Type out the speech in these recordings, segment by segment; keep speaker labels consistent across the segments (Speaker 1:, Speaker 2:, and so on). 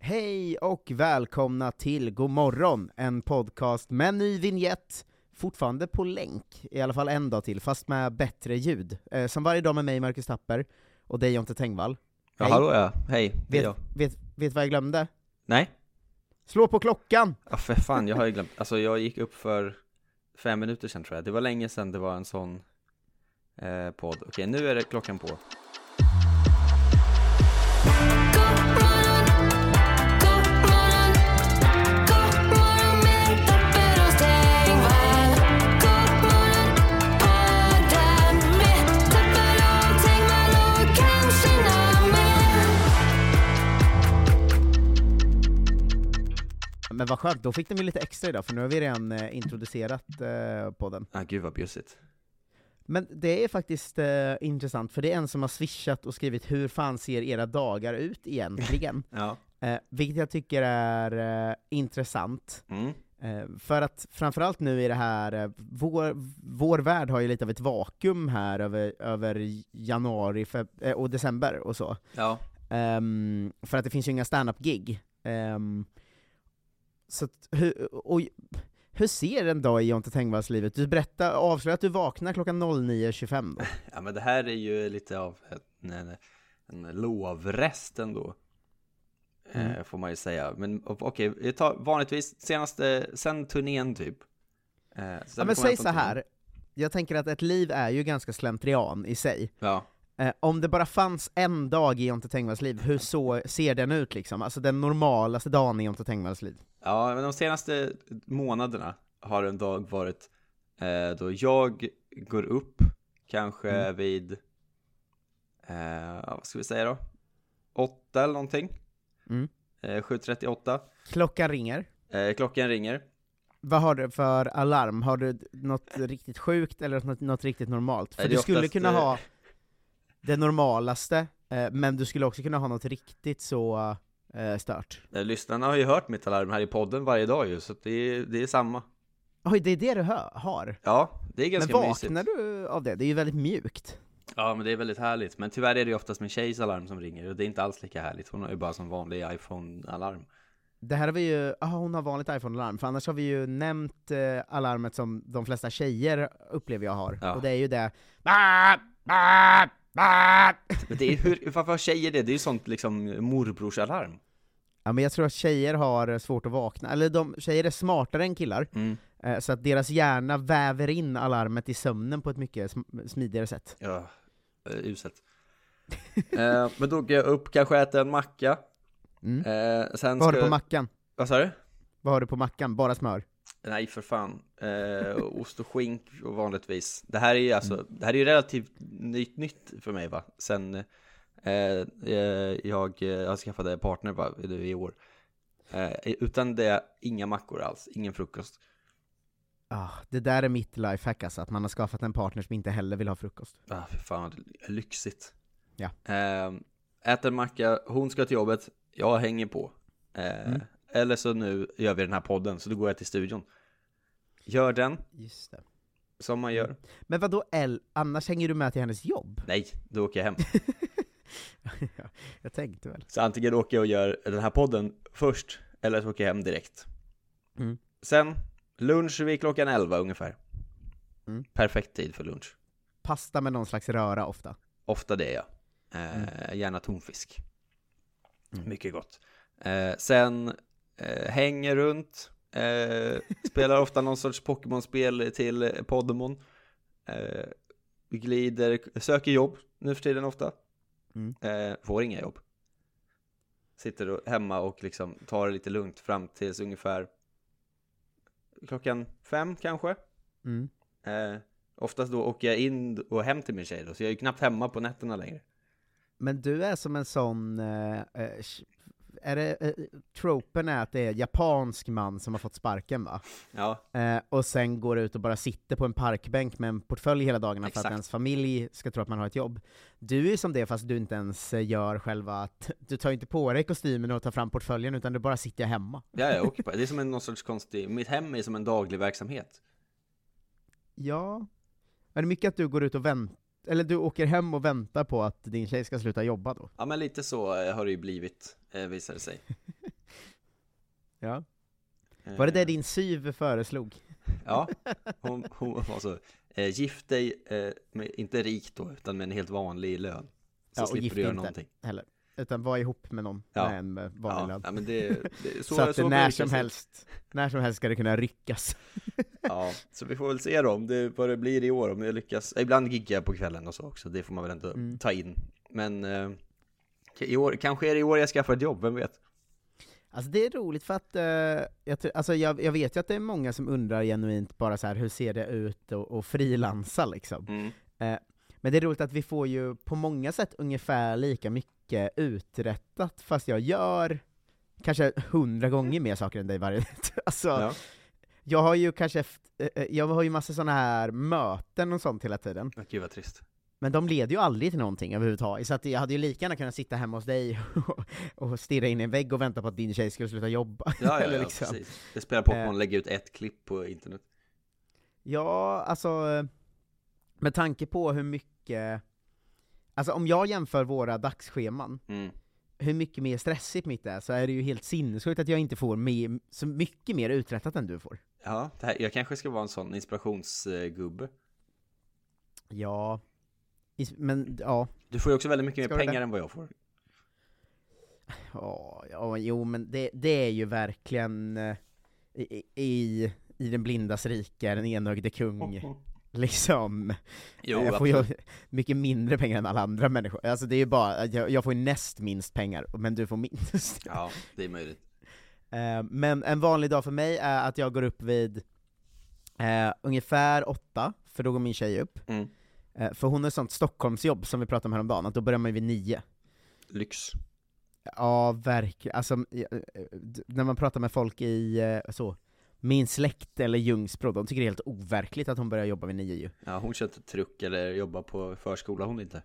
Speaker 1: Hej och välkomna till God morgon, en podcast med ny vignett, fortfarande på länk, i alla fall en dag till, fast med bättre ljud. Eh, som varje dag med mig, Marcus Tapper, och dig Jonte Tengvall.
Speaker 2: Ja,
Speaker 1: Hej.
Speaker 2: hallå ja. Hej, det
Speaker 1: Vet,
Speaker 2: är jag.
Speaker 1: vet, vet vad jag glömde?
Speaker 2: Nej?
Speaker 1: Slå på klockan!
Speaker 2: Ja, för fan, jag har ju glömt. Alltså jag gick upp för fem minuter sedan tror jag. Det var länge sedan det var en sån eh, podd. Okej, nu är det klockan på.
Speaker 1: Men vad skönt, då fick de ju lite extra idag, för nu har vi redan eh, introducerat eh, podden.
Speaker 2: Ah, gud vad bjussigt.
Speaker 1: Men det är faktiskt eh, intressant, för det är en som har swishat och skrivit ”Hur fan ser era dagar ut egentligen?”
Speaker 2: Ja.
Speaker 1: eh, Vilket jag tycker är eh, intressant.
Speaker 2: Mm.
Speaker 1: Eh, För att framförallt nu i det här, eh, vår, vår värld har ju lite av ett vakuum här över, över januari feb- eh, och december och så.
Speaker 2: Ja.
Speaker 1: Ehm, för att det finns ju inga stand-up-gig. Ehm, så att, hur, och, hur ser en dag i Jonte Tengvalls livet? Du berättar, avslöjar att du vaknar klockan 09.25 då.
Speaker 2: Ja men det här är ju lite av en, en, en lovrest ändå.
Speaker 1: Mm.
Speaker 2: Eh, får man ju säga. Men och- okej, jag tar vanligtvis senaste, sen turnén typ. Eh, sen
Speaker 1: Ja,
Speaker 2: vi
Speaker 1: men
Speaker 2: kom
Speaker 1: säg
Speaker 2: hem från
Speaker 1: så här.
Speaker 2: turnén.
Speaker 1: jag tänker att ett liv är ju ganska slentrian i sig.
Speaker 2: Ja.
Speaker 1: Eh, om det bara fanns en dag i Jonte Tengvalls liv, hur så ser den ut liksom? Alltså den normalaste dagen i Jonte Tengvalls liv.
Speaker 2: Ja, men de senaste månaderna har en dag varit eh, då jag går upp kanske
Speaker 1: Mm.
Speaker 2: vid, eh, vad ska vi säga då? Åtta eller någonting.
Speaker 1: Mm.
Speaker 2: Eh, 7.38.
Speaker 1: Klockan ringer.
Speaker 2: Eh, klockan ringer.
Speaker 1: Vad har du för alarm? Har du något riktigt sjukt eller något, något riktigt normalt? För
Speaker 2: Nej, det
Speaker 1: du
Speaker 2: är
Speaker 1: skulle
Speaker 2: oftast,
Speaker 1: kunna
Speaker 2: eh,
Speaker 1: ha det normalaste, eh, men du skulle också kunna ha något riktigt så eh, stört.
Speaker 2: Eh, lyssnarna har ju hört mitt alarm här i podden varje dag ju, så att det, är, det är samma.
Speaker 1: Oj, det är det du hö- har?
Speaker 2: Ja, det är
Speaker 1: Men
Speaker 2: ganska mysigt.
Speaker 1: vaknar du av det? Det är ju väldigt mjukt.
Speaker 2: Ja, men det är väldigt härligt. Men tyvärr är det ju oftast min tjejs alarm som ringer och det är inte alls lika härligt. Hon har ju bara som vanlig iPhone-alarm.
Speaker 1: Det här har vi ju, ah, hon har vanligt iPhone-alarm, för annars har vi ju nämnt eh, alarmet som de flesta tjejer upplever jag har,
Speaker 2: Ja.
Speaker 1: och det är ju det "Baa, baa, baa."
Speaker 2: Men det är, hur, varför har tjejer det? Det är ju sånt liksom morbrorsalarm.
Speaker 1: Ja men jag tror att tjejer har svårt att vakna, eller de, tjejer är smartare än killar,
Speaker 2: Mm.
Speaker 1: Eh, Så att deras hjärna väver in alarmet i sömnen på ett mycket sm- smidigare sätt.
Speaker 2: Ja, eh, uselt. eh, men då går jag upp, kanske äter en macka.
Speaker 1: Mm.
Speaker 2: Eh, sen
Speaker 1: Vad har du
Speaker 2: ska
Speaker 1: på
Speaker 2: jag-
Speaker 1: mackan?
Speaker 2: Vad sa du?
Speaker 1: Vad har du på mackan? Bara smör?
Speaker 2: Nej för fan. Eh, ost och skink och vanligtvis. Det här är ju
Speaker 1: Mm.
Speaker 2: alltså, det här är ju relativt nytt, nytt för mig va? Sen eh, eh, jag, eh, jag skaffade partner va, nu i år. Eh, utan det, inga mackor alls, ingen frukost.
Speaker 1: Ah, det där är mitt lifehack alltså, att man har skaffat en partner som inte heller vill ha frukost.
Speaker 2: Ah, för fan, det är lyxigt.
Speaker 1: Ja.
Speaker 2: Eh, äter en macka, hon ska till jobbet, jag hänger på. Eh,
Speaker 1: Mm.
Speaker 2: Eller så nu gör vi den här podden, så då går jag till studion. Gör den,
Speaker 1: Just det.
Speaker 2: som man
Speaker 1: Mm.
Speaker 2: gör.
Speaker 1: Men vad då L? Annars hänger du med till hennes jobb?
Speaker 2: Nej, då åker jag hem.
Speaker 1: Ja, jag tänkte väl.
Speaker 2: Så antingen åker jag och gör den här podden först, eller så åker jag hem direkt.
Speaker 1: Mm.
Speaker 2: Sen, lunch vid klockan 11 ungefär.
Speaker 1: Mm.
Speaker 2: Perfekt tid för lunch.
Speaker 1: Pasta med någon slags röra ofta.
Speaker 2: Ofta det ja. Eh, Gärna tonfisk. Mycket gott. Eh, sen eh, hänger runt, Eh, spelar ofta någon sorts Pokémon-spel till eh, Podemon. Eh, glider, söker jobb nu för tiden ofta.
Speaker 1: Mm.
Speaker 2: Eh, får inga jobb. Sitter då hemma och liksom tar det lite lugnt fram tills ungefär klockan fem kanske.
Speaker 1: Mm.
Speaker 2: Eh, oftast då åker jag in och hem till min tjej då, så jag är ju knappt hemma på nätterna längre.
Speaker 1: Men du är som en sån, eh, eh, sh- är det, eh, tropen är att det är japansk man som har fått sparken va?
Speaker 2: Ja,
Speaker 1: Eh, och sen går ut och bara sitter på en parkbänk med en portfölj hela dagarna för att
Speaker 2: Exakt.
Speaker 1: ens familj ska tro att man har ett jobb. Du är ju som det fast du inte ens eh, gör själva, att du tar ju inte på dig kostymen och tar fram portföljen utan du bara sitter hemma.
Speaker 2: ja jag åker på. Det är som en någon sorts konstig, mitt hem är som en daglig verksamhet.
Speaker 1: Ja. Är det mycket att du går ut och väntar, eller du åker hem och väntar på att din tjej ska sluta jobba då?
Speaker 2: Ja men lite så eh, har det ju blivit, eh, visar det sig.
Speaker 1: Ja.
Speaker 2: Eh,
Speaker 1: Var det det din syv föreslog?
Speaker 2: Ja, hon, hon var så, eh, gift dig, eh, med, inte rik då, utan med en helt vanlig lön. Så
Speaker 1: Ja, och
Speaker 2: slipper
Speaker 1: gift
Speaker 2: du göra
Speaker 1: inte.
Speaker 2: någonting.
Speaker 1: Heller. Utan var ihop med någon
Speaker 2: Ja.
Speaker 1: med en eh, vanlig
Speaker 2: Ja,
Speaker 1: lön.
Speaker 2: ja, men det, det,
Speaker 1: Så,
Speaker 2: så,
Speaker 1: att det
Speaker 2: så
Speaker 1: när
Speaker 2: brukar
Speaker 1: som
Speaker 2: se-
Speaker 1: helst, när som helst ska det kunna ryckas.
Speaker 2: Ja, så vi får väl se då om det, vad det blir i år, om jag lyckas. Ibland giggar jag på kvällen och så också, det får man väl ändå
Speaker 1: Mm.
Speaker 2: ta in. Men eh, i år, kanske är det i år jag skaffar ett jobb, vem vet?
Speaker 1: Alltså det är roligt för att, eh, jag, tror- alltså jag, jag vet ju att det är många som undrar genuint bara så här, hur ser det ut och, och frilansa liksom.
Speaker 2: Mm.
Speaker 1: Eh, men det är roligt att vi får ju på många sätt ungefär lika mycket uträttat, fast jag gör kanske hundra gånger mer saker än dig varje alltså,
Speaker 2: Ja.
Speaker 1: jag har ju kanske, eft- eh, eh, jag har ju massa sådana här möten och sånt hela tiden,
Speaker 2: Men Gud vad trist.
Speaker 1: men de leder ju aldrig till någonting överhuvudtaget, så att jag hade ju lika gärna kunnat sitta hemma hos dig och, och stirra in i en vägg och vänta på att din tjej skulle sluta jobba.
Speaker 2: Ja, ja,
Speaker 1: Eller
Speaker 2: ja
Speaker 1: liksom.
Speaker 2: precis. Det spelar Pokémon, lägga ut ett klipp på internet.
Speaker 1: Ja, alltså eh, med tanke på hur mycket, alltså om jag jämför våra dagsscheman,
Speaker 2: Mm.
Speaker 1: hur mycket mer stressigt mitt är, så är det ju helt sinnessjukt att jag inte får mer, så mycket mer uträttat än du får.
Speaker 2: Ja, det här, jag kanske ska vara en sån inspirationsgubbe.
Speaker 1: Ja, is- men ja,
Speaker 2: Du får ju också väldigt mycket
Speaker 1: Ska
Speaker 2: mer
Speaker 1: du
Speaker 2: pengar
Speaker 1: det?
Speaker 2: än vad jag får.
Speaker 1: ja, ja jo men det, det är ju verkligen eh, i, i, i den blindas rike, den enögde kung, liksom.
Speaker 2: Jo,
Speaker 1: jag får
Speaker 2: absolut.
Speaker 1: ju mycket mindre pengar än alla andra människor. Alltså det är ju bara, jag, jag får ju näst minst pengar, men du får minst.
Speaker 2: Ja, det är möjligt.
Speaker 1: Eh, men en vanlig dag för mig är att jag går upp vid eh, ungefär åtta, för då går min tjej upp.
Speaker 2: Mm.
Speaker 1: Eh, för hon har sånt Stockholmsjobb som vi pratade om häromdagen, att då börjar man ju vid nio.
Speaker 2: Lyx.
Speaker 1: Ja, verkligen. Alltså, eh, eh, d- när man pratar med folk i, eh, så, min släkt eller Ljungsbro, de tycker det är helt overkligt att hon börjar jobba vid nio ju.
Speaker 2: Ja, hon kör inte truck eller jobbar på förskola, hon inte.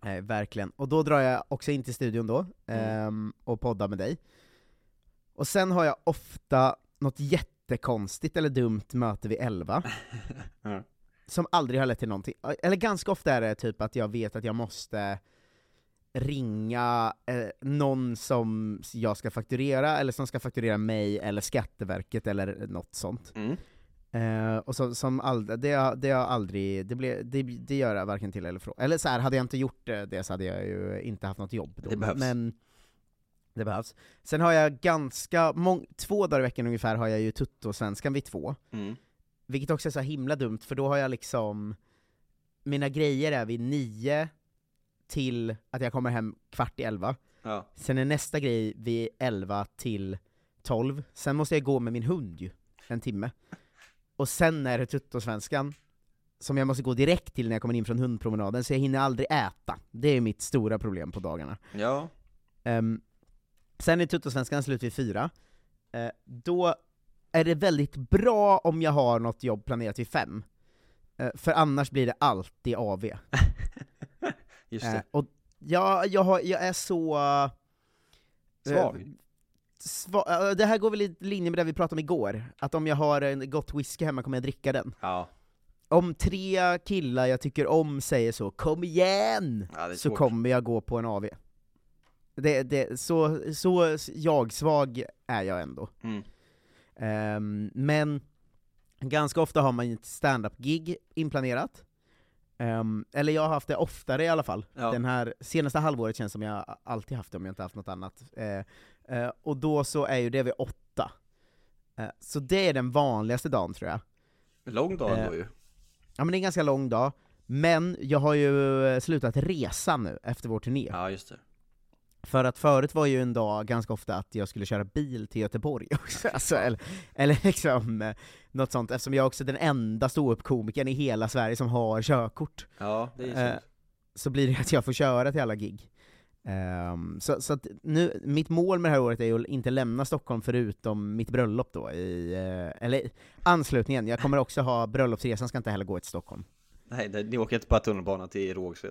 Speaker 1: Nej, Eh, verkligen. Och då drar jag också in till studion då, ehm, och poddar med dig. Och sen har jag ofta något jättekonstigt eller dumt möte vid 11.
Speaker 2: Ja.
Speaker 1: Som aldrig har lett till någonting. Eller ganska ofta är det typ att jag vet att jag måste ringa eh, någon som jag ska fakturera, eller som ska fakturera mig, eller Skatteverket, eller något sånt.
Speaker 2: Mm.
Speaker 1: Eh, och som, som ald- det, har- det har aldrig, det, blev, det, det gör jag varken till eller från. Eller så här, hade jag inte gjort eh, det så hade jag ju inte haft något jobb då.
Speaker 2: Det behövs.
Speaker 1: Men, det behövs. Sen har jag ganska, mång- två dagar i veckan ungefär har jag ju Tuttosvenskan vid två.
Speaker 2: Mm.
Speaker 1: Vilket också är så himla dumt, för då har jag liksom, mina grejer är vid nio till att jag kommer hem kvart i elva.
Speaker 2: Ja.
Speaker 1: Sen är nästa grej vid 11 till 12, sen måste jag gå med min hund ju, en timme. Och sen är det tuttosvenskan, som jag måste gå direkt till när jag kommer in från hundpromenaden, så jag hinner aldrig äta. Det är mitt stora problem på dagarna.
Speaker 2: ja,
Speaker 1: Ehm, sen är tuttosvenskan slut vid fyra. Eh, då är det väldigt bra om jag har något jobb planerat vid fem. Eh, för annars blir det alltid AV.
Speaker 2: just
Speaker 1: Eh,
Speaker 2: det.
Speaker 1: och jag, jag, har, jag är så... eh,
Speaker 2: Svag.
Speaker 1: sva- ja, det här går väl i linje med det vi pratade om igår, att om jag har en gott whisky hemma kommer jag dricka den.
Speaker 2: Ja,
Speaker 1: Om tre killar jag tycker om säger så, kom igen!
Speaker 2: Ja, det är
Speaker 1: så
Speaker 2: svårt.
Speaker 1: kommer jag gå på en AV. Det, det, så, så jag-svag är jag ändå.
Speaker 2: Mm.
Speaker 1: Ehm, men ganska ofta har man ju ett stand-up-gig inplanerat. Ehm, eller jag har haft det oftare i alla fall.
Speaker 2: Ja.
Speaker 1: Den här senaste halvåret känns som jag alltid haft det om jag inte haft något annat. Eh, eh, och då så är ju det vid åtta. Eh, Så det är den vanligaste dagen tror jag.
Speaker 2: Lång dag
Speaker 1: Eh,
Speaker 2: ändå ju.
Speaker 1: Ja men det är en ganska lång dag, men jag har ju eh, slutat resa nu efter vår turné.
Speaker 2: Ja, just det.
Speaker 1: För att förut var ju en dag ganska ofta att jag skulle köra bil till Göteborg också, alltså, eller, eller liksom eh, något sånt, eftersom jag också är den enda ståuppkomikern i hela Sverige som har körkort,
Speaker 2: Ja, det är ju
Speaker 1: Eh,
Speaker 2: synd.
Speaker 1: så blir det att jag får köra till alla gig. Ehm, så så att nu, mitt mål med det här året är ju att inte lämna Stockholm förutom mitt bröllop då, i, eh, eller anslutningen, jag kommer också ha, bröllopsresan ska inte heller gå till Stockholm.
Speaker 2: Nej, det- ni åker inte bara tunnelbana till Rågsved.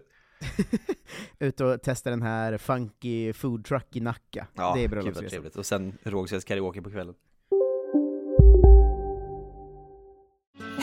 Speaker 1: Ut och testa den här funky food truck i Nacka,
Speaker 2: Ja,
Speaker 1: det är
Speaker 2: gud vad
Speaker 1: bröllopsresan.
Speaker 2: trevligt. Och sen Rågsveds karaoke på kvällen.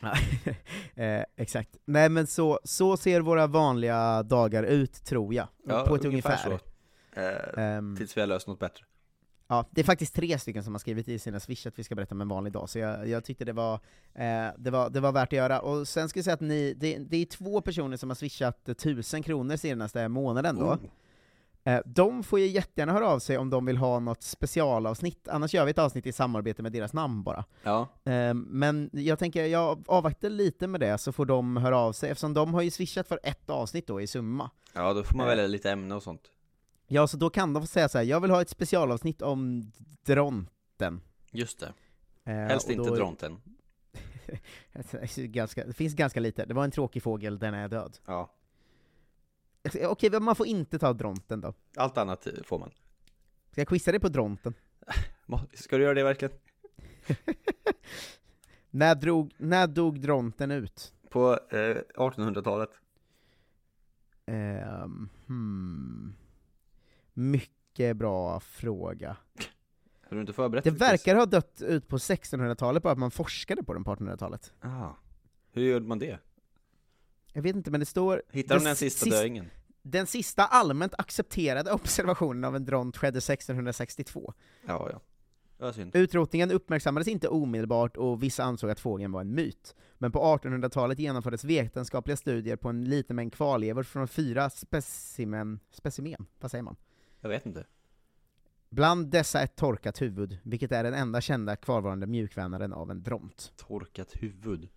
Speaker 1: Ja, eh, exakt. Nej men så, så ser våra vanliga dagar ut tror jag, på ett ungefär.
Speaker 2: så. Eh,
Speaker 1: Ehm,
Speaker 2: tills vi har löst något bättre.
Speaker 1: ja, det är faktiskt tre stycken som har skrivit i sina swish att vi ska berätta om en vanlig dag, så jag, jag tyckte det var, eh, det, var, det var värt att göra. Och sen ska jag säga att ni, det, det är två personer som har swishat eh, 1000 kronor senaste månaden
Speaker 2: Oh.
Speaker 1: då. Eh, De får ju jättegärna höra av sig om de vill ha något specialavsnitt, annars gör vi ett avsnitt i samarbete med deras namn bara.
Speaker 2: Ja,
Speaker 1: Eh, Men jag tänker, jag avvaktar lite med det, så får de höra av sig, eftersom de har ju swishat för ett avsnitt då i summa.
Speaker 2: ja, då får man
Speaker 1: Eh.
Speaker 2: välja lite ämne och sånt.
Speaker 1: Ja, så då kan de få säga så här: jag vill ha ett specialavsnitt om Dronten.
Speaker 2: Just det.
Speaker 1: Eh,
Speaker 2: Helst
Speaker 1: och
Speaker 2: inte Dronten.
Speaker 1: ganska, det finns ganska lite, det var en tråkig fågel, den är död. Alltså, eh,
Speaker 2: Ja.
Speaker 1: Okej, men man får inte ta Dronten då.
Speaker 2: Allt annat får man.
Speaker 1: Ska jag quizza dig på Dronten?
Speaker 2: Ma- Ska du göra det verkligen?
Speaker 1: När, drog, när dog Dronten ut?
Speaker 2: På eh, 1800-talet.
Speaker 1: Ehm, hmm. Mycket bra fråga.
Speaker 2: Har du inte förberett
Speaker 1: Det
Speaker 2: dig,
Speaker 1: verkar ha dött ut på 1600-talet, bara att man forskade på den på 1800-talet.
Speaker 2: Chris? Ah. Hur gjorde man det?
Speaker 1: Jag vet inte, men det står...
Speaker 2: Hittade de den
Speaker 1: s-
Speaker 2: sista
Speaker 1: sist-
Speaker 2: döingen?
Speaker 1: Den sista allmänt accepterade observationen av en dront skedde 1662.
Speaker 2: Ja, ja. Det var synd.
Speaker 1: Utrotningen uppmärksammades inte omedelbart och vissa ansåg att fågeln var en myt. Men på 1800-talet genomfördes vetenskapliga studier på en liten mängd kvarlevor från fyra specimen, specimen, vad säger man?
Speaker 2: Jag vet inte.
Speaker 1: Bland dessa ett torkat huvud, vilket är den enda kända kvarvarande mjukvänaren av en dront.
Speaker 2: Torkat huvud.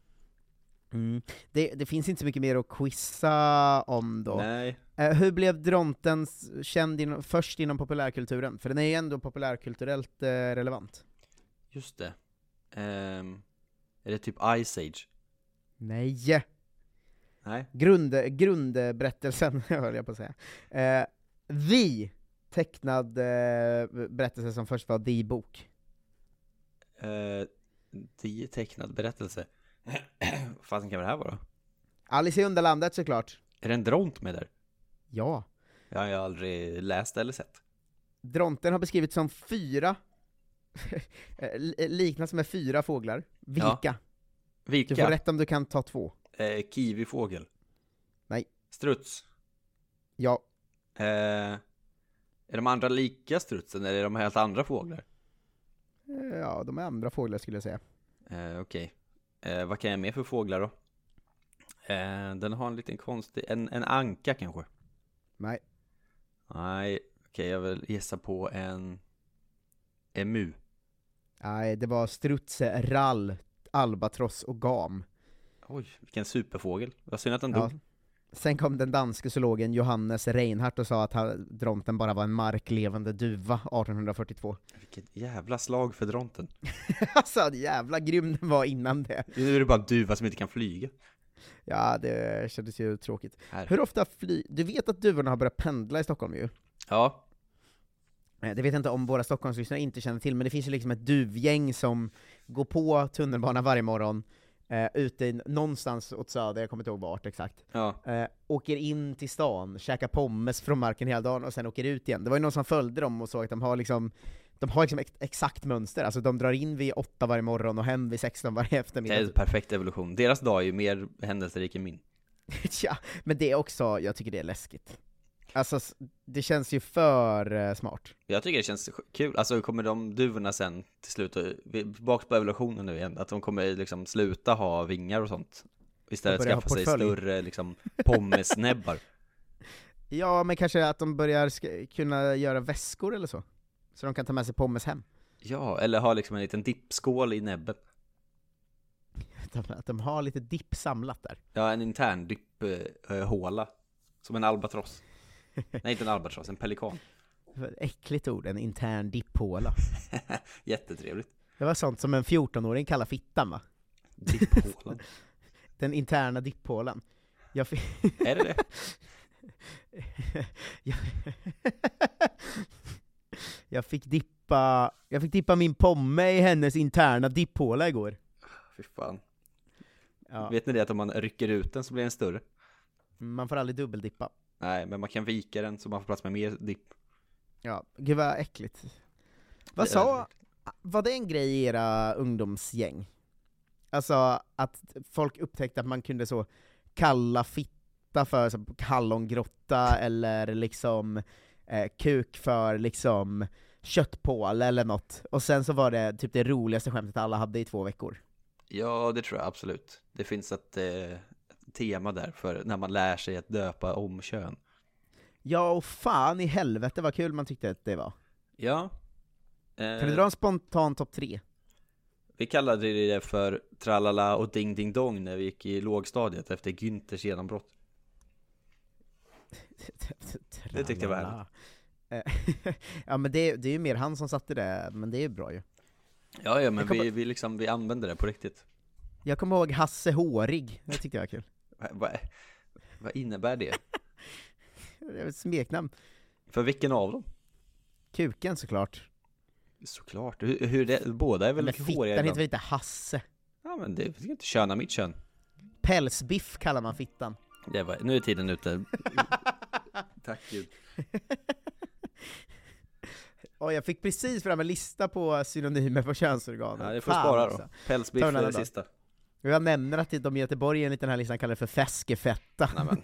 Speaker 2: Mm.
Speaker 1: Det, det finns inte så mycket mer att quizza om då.
Speaker 2: Nej.
Speaker 1: Eh, hur blev dronten s- känd inom, först inom populärkulturen? För den är ju ändå populärkulturellt eh, relevant.
Speaker 2: Just det. Ehm, är det typ Ice Age?
Speaker 1: Nej!
Speaker 2: Nej.
Speaker 1: Grund, grundberättelsen, höll jag på att säga. Eh, vi tecknad eh, berättelse som först var The Bok.
Speaker 2: Eh, tio tecknad berättelse. Vad fasen kan det här vara?
Speaker 1: Alice i Underlandet såklart.
Speaker 2: Är det en dront med där?
Speaker 1: Ja.
Speaker 2: Jag har ju aldrig läst eller sett.
Speaker 1: Dronten har beskrivits som fyra, eh, li- liknas med fyra fåglar. Vilka? Du får
Speaker 2: Vilka?
Speaker 1: rätt om du kan ta två.
Speaker 2: Eh, kiwifågel?
Speaker 1: Nej.
Speaker 2: Struts?
Speaker 1: Ja,
Speaker 2: Eh, är de andra lika strutsen eller är de helt andra fåglar?
Speaker 1: eh, ja de är andra fåglar skulle jag säga.
Speaker 2: Eh, Okej. Eh, vad kan jag mer för fåglar då? Eh, den har en liten konstig... En, en anka kanske?
Speaker 1: Nej.
Speaker 2: Nej. Okej, jag vill gissa på en... Emu.
Speaker 1: Nej, det var strutse, rall, albatross och gam.
Speaker 2: Oj, vilken superfågel. Vad synd att den
Speaker 1: Ja.
Speaker 2: dog.
Speaker 1: Sen kom den danske zoologen Johannes Reinhardt och sa att han- dronten bara var en marklevande duva 1842.
Speaker 2: Vilket jävla slag för dronten.
Speaker 1: alltså jävla grym den var innan det.
Speaker 2: Nu är det bara en duva som inte kan flyga.
Speaker 1: Ja, det kändes ju tråkigt.
Speaker 2: Här.
Speaker 1: Hur ofta fly... Du vet att duvorna har börjat pendla i Stockholm ju?
Speaker 2: Ja,
Speaker 1: Eh, Det vet jag inte om våra Stockholmslyssnare inte känner till, men det finns ju liksom ett duvgäng som går på tunnelbanan varje morgon, eh, ute i, någonstans åt söder, jag kommer inte ihåg vart exakt,
Speaker 2: ja.
Speaker 1: eh, åker in till stan, käkar pommes från marken hela dagen och sen åker ut igen. Det var ju någon som följde dem och såg att de har liksom de har liksom ex- exakt mönster, alltså de drar in vid åtta varje morgon och hem vid 16 varje
Speaker 2: Det
Speaker 1: eftermiddag.
Speaker 2: är en perfekt evolution. Deras dag är ju mer händelserik än min.
Speaker 1: Tja, men det är också, jag tycker det är läskigt. Alltså, s- det känns ju för eh, smart.
Speaker 2: Jag tycker det känns sj- kul. Alltså kommer de duvorna sen till slut, och- vi är tillbaka på evolutionen nu igen, att de kommer liksom sluta ha vingar och sånt. Istället
Speaker 1: Och börja ha
Speaker 2: skaffa sig
Speaker 1: portfölj.
Speaker 2: större liksom pommesnäbbar.
Speaker 1: Ja, men kanske att de börjar sk- kunna göra väskor eller så? Så de kan ta med sig pommes hem.
Speaker 2: Ja, eller ha liksom en liten dippskål i näbben.
Speaker 1: Att de- Att de har lite dipp samlat där.
Speaker 2: Ja, en intern dipphåla. Som en albatross. Nej, inte en albatross, en pelikan.
Speaker 1: Vad Äckligt ord, en intern dipphåla.
Speaker 2: Jättetrevligt.
Speaker 1: Det var sånt som en 14-åring kallar fittan va?
Speaker 2: Dipphålan.
Speaker 1: Den interna dipphålan. Jag fi-
Speaker 2: Är det det?
Speaker 1: jag... jag fick dippa, jag fick dippa min pomme i hennes interna dipphåla igår.
Speaker 2: Fy fan.
Speaker 1: Ja,
Speaker 2: Vet ni det att om man rycker ut den så blir den större?
Speaker 1: man får aldrig dubbeldippa.
Speaker 2: Nej, men man kan vika den så man får plats med mer dipp.
Speaker 1: Ja, gud vad äckligt. Vad
Speaker 2: Det är
Speaker 1: sa, var det en grej i era ungdomsgäng? Alltså att folk upptäckte att man kunde så kalla fitta för så, hallongrotta eller liksom eh, kuk för liksom köttpål eller något, och sen så var det typ det roligaste skämtet alla hade i två veckor.
Speaker 2: Ja, det tror jag absolut. Det finns ett eh, tema där för när man lär sig att döpa om kön.
Speaker 1: Ja, och fan i helvete vad kul man tyckte att det var.
Speaker 2: Ja. eh,
Speaker 1: Kan du dra en spontan topp tre?
Speaker 2: Vi kallade det för tralala och ding ding dong när vi gick i lågstadiet efter Günthers genombrott. Det tyckte jag var
Speaker 1: Tralala. Eh, ja men det, det är ju mer han som satte det, men det är ju bra ju.
Speaker 2: Ja, ja men
Speaker 1: Jag kommer-
Speaker 2: vi, vi, liksom, vi använder det på riktigt.
Speaker 1: Jag kommer ihåg Hasse Hårig, det tyckte jag var kul.
Speaker 2: Va- va- vad innebär det?
Speaker 1: Det är ett smeknamn.
Speaker 2: För vilken av dem?
Speaker 1: Kuken såklart.
Speaker 2: Såklart. Hur, hur det, båda är väl
Speaker 1: Men
Speaker 2: håriga
Speaker 1: fittan heter
Speaker 2: ibland?
Speaker 1: väl inte Hasse?
Speaker 2: Ja, men det vi ska inte köna mitt kön.
Speaker 1: Pälsbiff kallar man fittan.
Speaker 2: Det var, nu är tiden ute. Tack gud.
Speaker 1: Oj, jag fick precis fram en lista på synonymer på könsorgan.
Speaker 2: Ja, det får
Speaker 1: Fan
Speaker 2: spara
Speaker 1: också.
Speaker 2: då. alltså. Pälsbiff
Speaker 1: Ta
Speaker 2: är
Speaker 1: en annan
Speaker 2: det
Speaker 1: dag.
Speaker 2: sista.
Speaker 1: Och Jag nämner att de i Göteborg enligt den här listan kallar det för fäskefetta.
Speaker 2: Nej, men.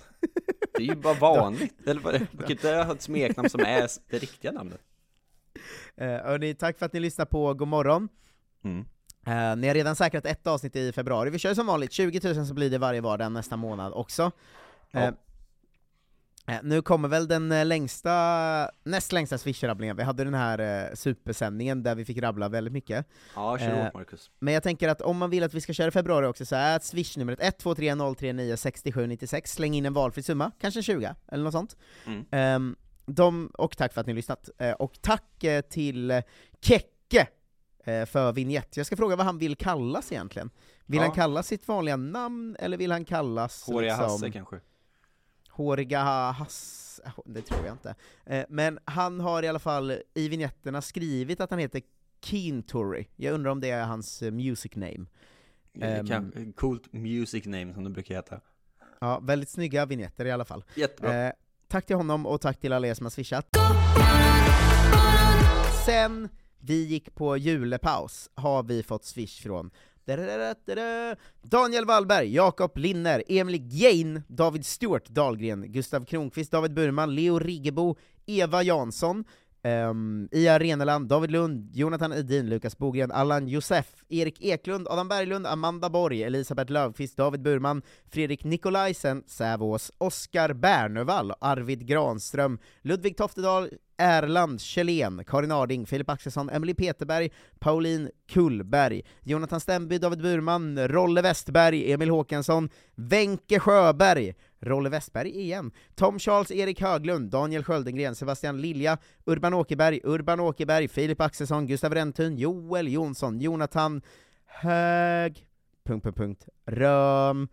Speaker 2: Det är ju bara vanligt. Eller vad det- Man kan inte ha ett smeknamn som är s- det riktiga namnet.
Speaker 1: Eh, hörni, tack för att ni lyssnar på Godmorgon.
Speaker 2: Mm.
Speaker 1: Eh, ni har redan säkrat ett avsnitt i februari. Vi kör som vanligt, 20 000 så blir det varje vardag nästa månad också.
Speaker 2: Ja.
Speaker 1: Eh, eh, nu kommer väl den eh, längsta, näst längsta swish-rabblingen. Vi hade den här eh, supersändningen där vi fick rabbla väldigt mycket.
Speaker 2: Ja, kör
Speaker 1: Eh,
Speaker 2: hårt Marcus.
Speaker 1: Men jag tänker att om man vill att vi ska köra i februari också så är swishnumret 1230396796, släng in en valfri summa, kanske 20 eller något sånt.
Speaker 2: Mm.
Speaker 1: Ehm, de, och tack för att ni har lyssnat. Eh, och tack eh, till eh, Kekke eh, för vignett. Jag ska fråga vad han vill kallas egentligen. Vill
Speaker 2: Ja.
Speaker 1: han kallas sitt vanliga namn, eller vill han kallas
Speaker 2: Håriga
Speaker 1: liksom,
Speaker 2: Hasse kanske.
Speaker 1: Håriga Hass... Det tror jag inte. Eh, Men han har i alla fall i vignetterna skrivit att han heter Kintori. Jag undrar om det är hans eh, music name. Ehm.
Speaker 2: Kan- Coolt music name som det brukar heta.
Speaker 1: Ja, väldigt snygga vignetter i alla fall.
Speaker 2: Jättebra.
Speaker 1: Eh, tack till honom och tack till alla er som har swishat. Sen vi gick på julepaus har vi fått swish från Daniel Wallberg, Jakob Linner, Emil Gein, David Stewart Dahlgren, Gustav Kronqvist, David Burman, Leo Riggebo, Eva Jansson, Um, Ia Reneland, David Lund, Jonathan Edin, Lukas Bogren, Allan Josef, Erik Eklund, Adam Berglund, Amanda Borg, Elisabeth Löfqvist, David Burman, Fredrik Nikolajsen, Sävås, Oskar Bernevall, Arvid Granström, Ludvig Toftedal, Erland Kjellén, Karin Arding, Filip Axelsson, Emily Peterberg, Pauline Kullberg, Jonathan Stenby, David Burman, Rolle Westberg, Emil Håkansson, Wenke Sjöberg, Rolle Westberg igen, Tom Charles, Erik Höglund, Daniel Sköldengren, Sebastian Lilja, Urban Åkerberg, Urban Åkerberg, Filip Axelsson, Gustav Räntun, Joel Jonsson, Jonathan Hög... Punkt, punkt, punkt. Röm...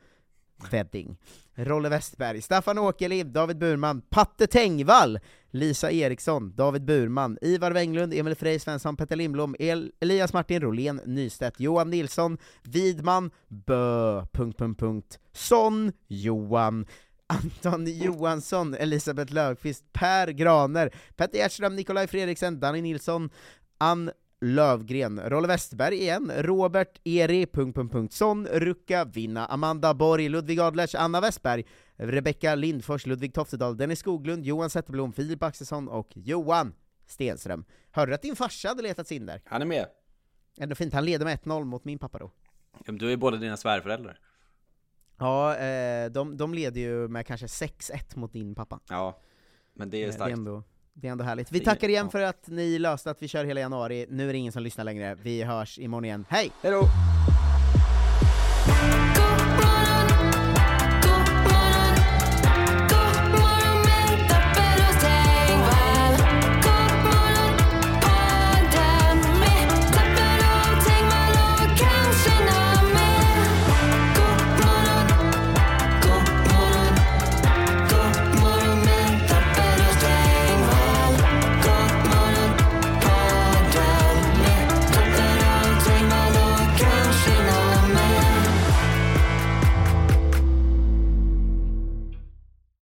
Speaker 1: Wedding, Rolle Westberg, Staffan Åkerlind, David Burman, Patte Tengvall, Lisa Eriksson, David Burman, Ivar Wenglund, Emil Frey Svensson, Petter Lindblom, El- Elias Martin Rolén Nystedt, Johan Nilsson, Widman, Bö... Punkt, punkt, punkt, Son, Johan, Anton Johansson, Elisabeth Löfqvist, Per Graner, Petter Gjertström, Nikolaj Fredriksen, Danny Nilsson, Ann Lövgren, Rolle Westberg igen, Robert, Eri, punkt, punkt, punkt, Son, Rucka, Vinna, Amanda Borg, Ludvig Adlers, Anna Westberg, Rebecka Lindfors, Ludvig Toftedal, Dennis Skoglund, Johan Zetterblom, Filip Axelsson och Johan Stenström. Hörde du att din farsa hade letats in där?
Speaker 2: Han är med.
Speaker 1: Ändå fint, han leder med 1-0 mot min pappa då.
Speaker 2: Ja, men Du är båda dina svärföräldrar.
Speaker 1: Ja, eh, de, de leder ju med kanske 6-1 mot din pappa.
Speaker 2: Ja, men det är
Speaker 1: Eh,
Speaker 2: starkt.
Speaker 1: ändå, det är ändå härligt. Vi
Speaker 2: Det är-
Speaker 1: tackar igen
Speaker 2: ja.
Speaker 1: för att ni löste att vi kör hela januari, nu är det ingen som lyssnar längre, vi hörs imorgon igen, hej!
Speaker 2: Hej då!